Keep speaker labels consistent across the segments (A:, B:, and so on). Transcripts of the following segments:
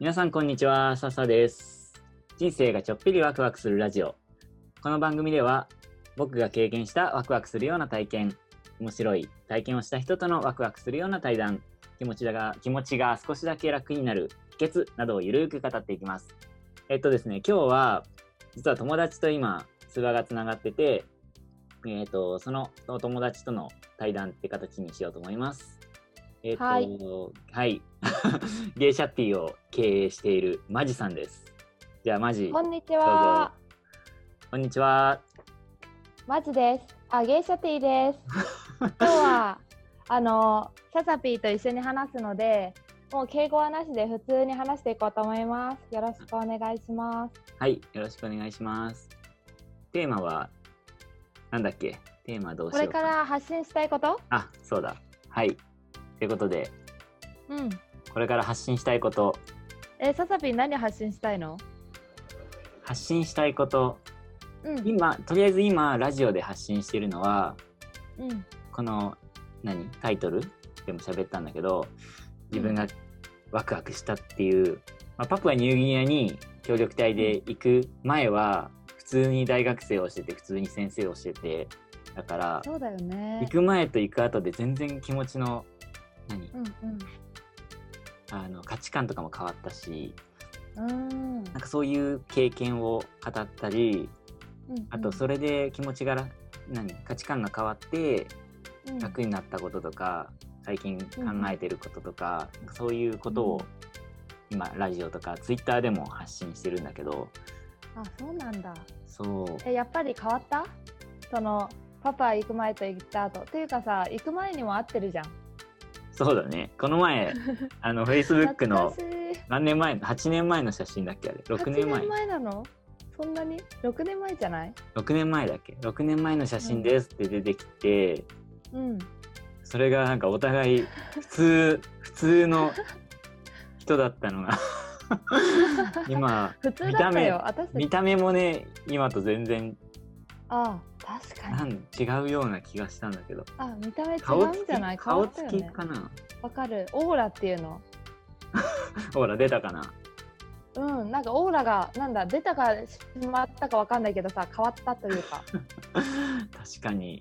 A: 皆さんこんにちは、笹です。人生がちょっぴりワクワクするラジオ。この番組では僕が経験したワクワクするような体験、面白い体験をした人とのワクワクするような対談、気持ちだが気持ちが少しだけ楽になる秘訣などをゆるーく語っていきます。えっとですね、今日は実は友達と今通話がつながってて、えっとそのお友達との対談って形にしようと思います。えっ、と
B: はい
A: はい、 ゲイシャティを経営しているマジさんです。じゃあマジ、
B: こんにち
A: どうぞ
B: は。
A: こんにちは。
B: マジです。あ、ゲイシャティ です。今日は、あの、ササピーと一緒に話すので、もう敬語はなしで普通に話していこうと思います。よろしくお願いします。
A: はい、よろしくお願いします。テーマは、なんだっけテーマどうし
B: こ
A: よ
B: れ
A: うか
B: か
A: な。
B: ら発信したいこと
A: あ、そうだ。はい。ということで、
B: うん。
A: これから発信したいこと、
B: え、ササピー何発信したいの
A: 発信したいこと、
B: うん。
A: 今、とりあえず今、ラジオで発信してるのは、
B: うん。
A: この、何タイトルでも喋ったんだけど、自分がワクワクしたっていう、まあ、パプアニューギニアに協力隊で行く前は、普通に大学生をしてて、普通に先生をしてて、だから、
B: そうだよね
A: 行。く前と行く後で全然気持ちの何
B: うん
A: あの価値観とかも変わったし
B: うん。うーん。
A: なんかそういう経験を語ったりあとそ
B: れ、
A: れで気持ちがら何価値観が変わって
B: うん
A: 楽になったこととか最近考えてることとかなんかそういうことを今ラジオとかツイッターでも発信してるんだけど
B: あ、そうなんだ。
A: そう
B: えやっぱり変わったそのパパ行く前と行った後っていうかさ行く前にも会ってるじゃん
A: そうだねこの 前あの Facebook の
B: 懐かしい
A: 何年前の8年前の写真だっけあれ6
B: 8
A: 年前
B: なのそんなに6年前じゃない
A: 6年前だっけ6年前の写真ですって出てきて、
B: うん
A: それがなんかお互い普 通普通の人だったのが今
B: 普通だったよ
A: 見
B: 私た
A: 見
B: ち
A: た目もね今と全然
B: ああ確か
A: なん
B: に
A: 違うような気がしたんだけど
B: あ見た目違
A: 顔
B: う
A: つ
B: んじゃな
A: き
B: い
A: 顔つ
B: 変わった
A: き
B: よね
A: かな
B: わかるオーラっていうの
A: ほら出たかな
B: うんなんかオーラがなんだ出たかしまったかわかんないけどさ変わったという か
A: 確かに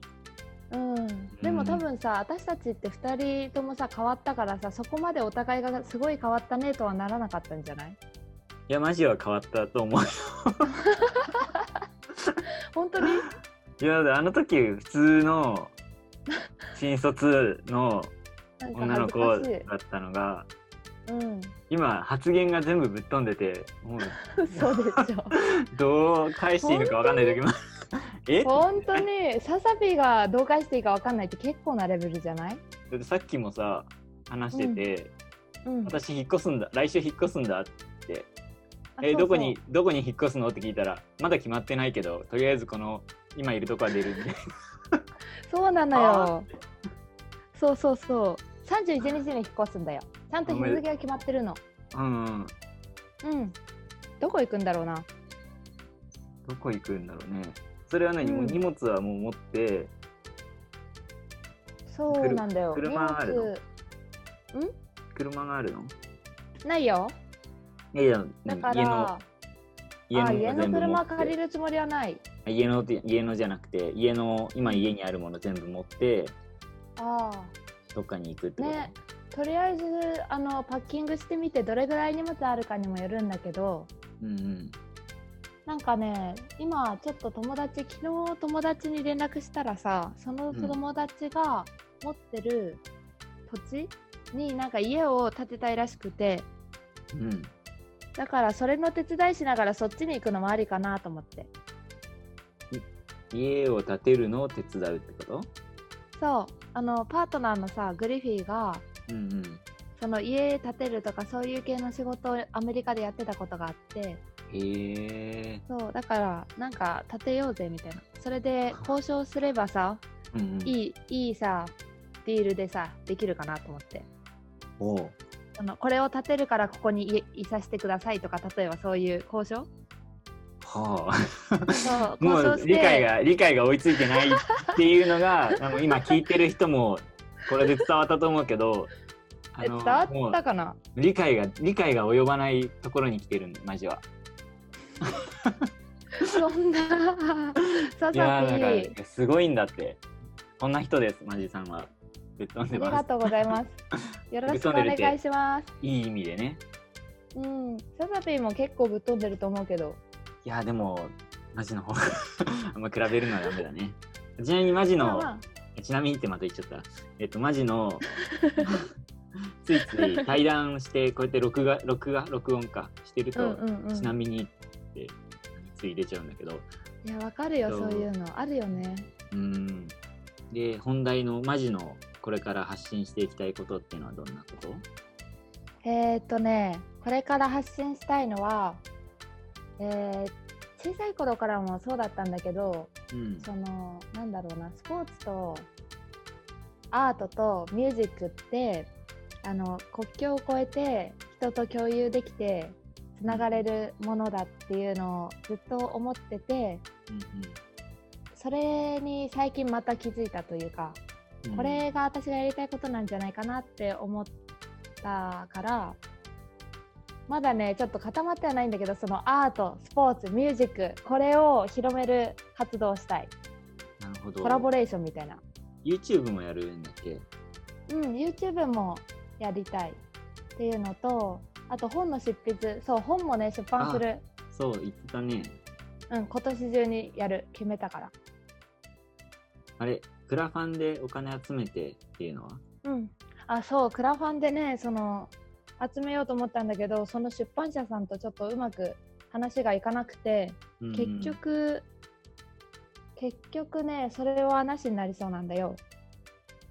B: うんでも多分さ私たちって2人ともさ変わったからさそこまでお互いがすごい変わったねとはならなかったんじゃない
A: いやマジは変わったと思う
B: 本当に
A: いやあの時普通 の新卒の
B: なん か
A: 女の子
B: 恥ずかしい
A: だったのが
B: うん、
A: 今発言が全部ぶっ飛んでてもう
B: 嘘でしょ。
A: どう返していいのかわかんない時も え
B: 本当に、ササピがどう返していいかわかんないって結構なレベルじゃない。
A: だってさっきもさ話してて、
B: うん。
A: 私引っ越すんだ来週引っ越すんだって
B: あ
A: え
B: そうそう
A: どこにどこに引っ越すのって聞いたらまだ決まってないけどとりあえずこの今いるとこは出るんで
B: そうなの
A: あ
B: よ。そうそうそう。三十一日に引っ越すんだよ。ちゃんと日付が決まってるの。
A: うん、うん、
B: うん。どこ行くんだろうな。
A: どこ行くんだろうねそれは何、
B: うん
A: もう荷物はもう持って
B: そうなんだよ。
A: 車車があるの
B: 荷物
A: 車があるの
B: ないよ。
A: いやいや
B: だ
A: 何
B: から。あ
A: 家の
B: 家
A: 家の
B: の
A: 全部持
B: 車
A: って
B: 借りるつもりはない。
A: あ家のって家のじゃなくて家の今家にあるもの全部持って
B: ああ。
A: どっかに行くってこと、
B: ね、とりあえずあのパッキングしてみてどれぐらい荷物あるかにもよるんだけど
A: うんうん
B: なんかね今ちょっと友達昨日友達に連絡したらさその友達が持ってる土地になんか家を建てたいらしくて
A: うん
B: だからそれの手伝いしながらそっちに行くのもありかなと思って
A: 家を建てるのを手伝うってこと
B: そうあのパートナーのさグリフィーが
A: うんうん
B: その家建てるとかそういう系の仕事をアメリカでやってたことがあって
A: へえ、
B: そうだからなんか建てようぜみたいなそれで交渉すればさ
A: うんうん、い
B: いいいいさディールでさできるかなと思って
A: おう
B: そのこれを建てるからここにいいさせてくださいとか例えばそういう交渉
A: は
B: そう
A: あ、も
B: 交渉
A: う
B: して
A: 理解が理解が追いついてない っていうのがあの今聞いてる人もこれで伝わったと思うけどあ
B: え伝
A: の
B: わっ
A: もう
B: たかな
A: 理解が理解が及ばないところに来てるんでマジは
B: そんなササ
A: い
B: ピ
A: やー
B: ー
A: なんかすごいんだってこんな人ですマジさんはぶっ飛ん
B: あ
A: で
B: りが
A: ます
B: とうござ います。よろしくお願いします。
A: いい意味でね
B: うん、ササピーも結構ぶっ飛んでると思うけど。
A: いやーでもマジの方が あんま比べるのはダメだねちなみにマジの
B: まあま
A: ちなみにってまた言っちゃったえっとマジ のついつい対談してこうやって録画録画録音かしてる
B: あう
A: と、
B: んうんうん。
A: ちなみにってつい出ちゃうんだけど
B: いや、わかるよ、
A: そう
B: そういうの。あるよね。
A: うんで本題のマジのこれから発信していきたいことっていうのはどんなこと
B: えー、っとね、これから発信したいのは、えー小さい頃からもそうだったんだけど、
A: うん
B: その、なんだろうな、スポーツとアートとミュージックって、あの、国境を越えて人と共有できて、つながれるものだっていうのをずっと思ってて、それに最近また気づいたというか、
A: うんうん
B: これが私がやりたいことなんじゃないかなって思ったからまだねちょっと固まってはないんだけどそのアートスポーツミュージックこれを広める活動をしたい
A: なるほど
B: コラボレーションみたいな
A: YouTube もやるんだっけ
B: うん YouTube もやりたいっていうのとあと本の執筆そう本もね出版する
A: そう言ってたね
B: うん今年中にやる決めたから
A: あれクラファンでお金集めてっていうのは
B: うん、あそうクラファンでねその集めようと思ったんだけどその出版社さんとちょっとうまく話がいかなくて、
A: うん
B: 結局結局ねそれはなしになりそうなんだよ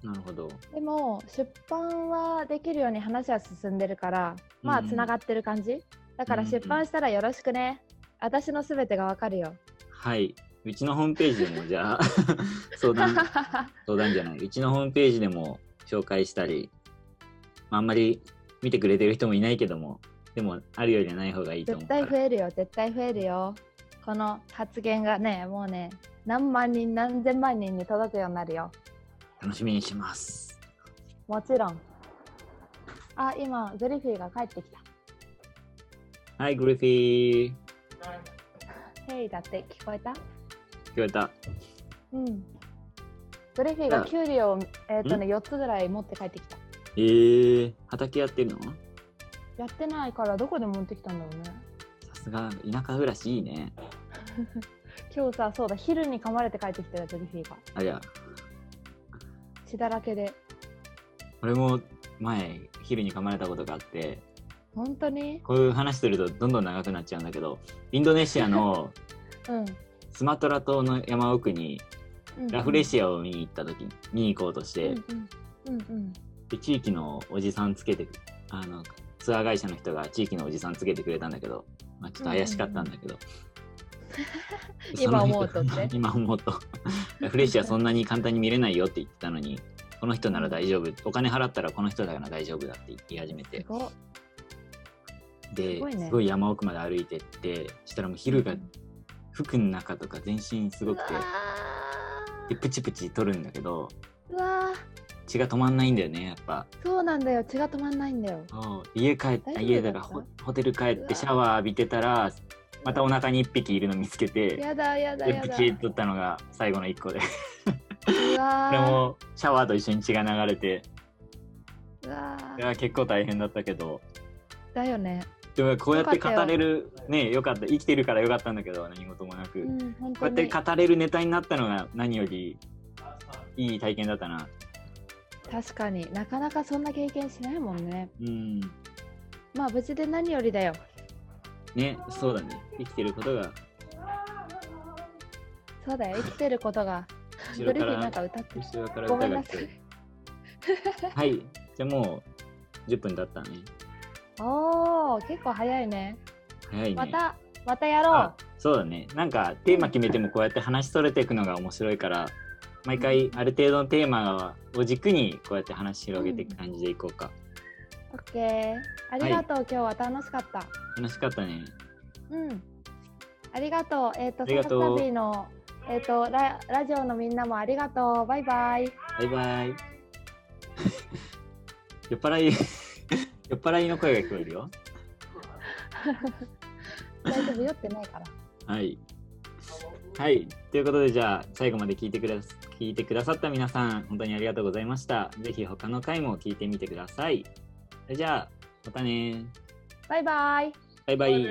A: なるほど
B: でも出版はできるように話は進んでるからま
A: う
B: あ
A: んうん
B: つながってる感じ、だか
A: う
B: ら
A: んうん
B: 出版したらよろしくね、私のすべてがわかるよ
A: はいうちのホームページでもじゃあ 相談相談じゃないうちのホームページでも紹介したり、まあ、あんまり見てくれてる人もいないけどもでもあるよりはない方がいいと思
B: 絶
A: うから
B: 対増えるよ絶対増えるよこの発言がねもうね何万人何千万人に届くようになるよ
A: 楽しみにします
B: もちろんあ今グリフィーが帰ってき
A: はいグリフィー聞
B: たヘイだって聞こえた
A: こえた
B: うんグリフィーがキュウリを、えっ、とね
A: ん
B: 4つぐらい持って帰ってきた
A: えー、畑やってるの
B: やってないからどこで持ってきたんだろうね
A: さすが田舎暮らしいいね
B: 今日さそうだ昼に噛まれて帰ってきたよグリフィーが
A: ありゃ
B: 血だらけで
A: 俺も前昼に噛まれたことがあって
B: 本当に
A: こういう話するとどんどん長くなっちゃうんだけどインドネシアの
B: うん、
A: スマトラ島の山奥に
B: うん、
A: ラフレシアを見に行った時に見に行こうとし
B: ア
A: て、
B: うんうんうん
A: で地域のおじさんつけてくあのツアー会社の人が地域のおじさんつけてくれたんだけど、まあ、ちょっと怪しかったんだけど、で
B: 今
A: その人
B: 思うとって
A: 今思うとラフレシアそんなに簡単に見れないよって言ってたのにこの人なら大丈夫お金払ったらこの人だから大丈夫だって言い始め
B: す
A: て
B: ごっ
A: です
B: ごいね
A: すごい山奥まで歩いてってしたらもう昼が服の中とか全身すごくて
B: うわ
A: でプチプチ取るんだけど
B: ーうわ
A: 血が止まんないんだよねやっぱ。
B: ーそうなんだよ血が止まんないんだよ
A: そう家帰っ
B: 大
A: た
B: 丈夫
A: 家だか
B: だ
A: ら
B: った
A: ホホテル帰っ
B: う
A: て
B: わ
A: シャワー浴びてたらまたお腹に1匹いるの見つけて
B: やだやだ
A: で
B: や
A: プ
B: だ
A: チッとったのが最後の1個で
B: うわ
A: こ
B: ー
A: れもシャワーと一緒に血が流れて
B: うわ
A: い
B: ー
A: や結構大変だったけど
B: だよね。
A: でもこうやって
B: よかっ
A: 語
B: たよ
A: れるねよかった生きてるからよかったんだけど何事もなく、
B: う
A: こ
B: ん、本
A: う
B: 当
A: やって
B: に
A: 語れるネタになったのが何よりいい体験だったな
B: 確かになかなかそんな経験しないもんね。
A: うん
B: まあ無事で何よりだよ。
A: ねそうだね生きてることが
B: そうだよ生きてることが。
A: 後ろ
B: ドルフ
A: か
B: ィンな
A: ら
B: んか歌ってる。
A: 後ろから
B: ごめ
A: 歌
B: ん
A: が
B: な
A: 来
B: さ
A: てる
B: い。
A: はいじゃあもう10分経ったね
B: おお結構早いね。
A: 早いね
B: またまたやろ
A: あそうだねなんかテーマ決めてもこうやって話しそれていくのが面白いから毎回ある程度のテーマを軸にこうやって話し広げていく感じでいこうか、
B: う。オッケー。ありがとう、今日は楽しかった。
A: 楽しかったね
B: うん。ありがとう。えっ、と
A: ありが
B: サタ
A: とう
B: サビーのえっ、とララジオのみんなもありがとう。バイバイ。
A: バイバイ 酔っ払い 酔っ払いの声が聞こえるよ。
B: 大丈夫酔ってないから。
A: はい。はい。ということで、じゃあ、最後まで聞いてくだ聞いてくださった皆さん、本当にありがとうございました。ぜひ他の回も聞いてみてください。それじゃあ、またね。
B: バイバイ。
A: バイバイ。
C: い。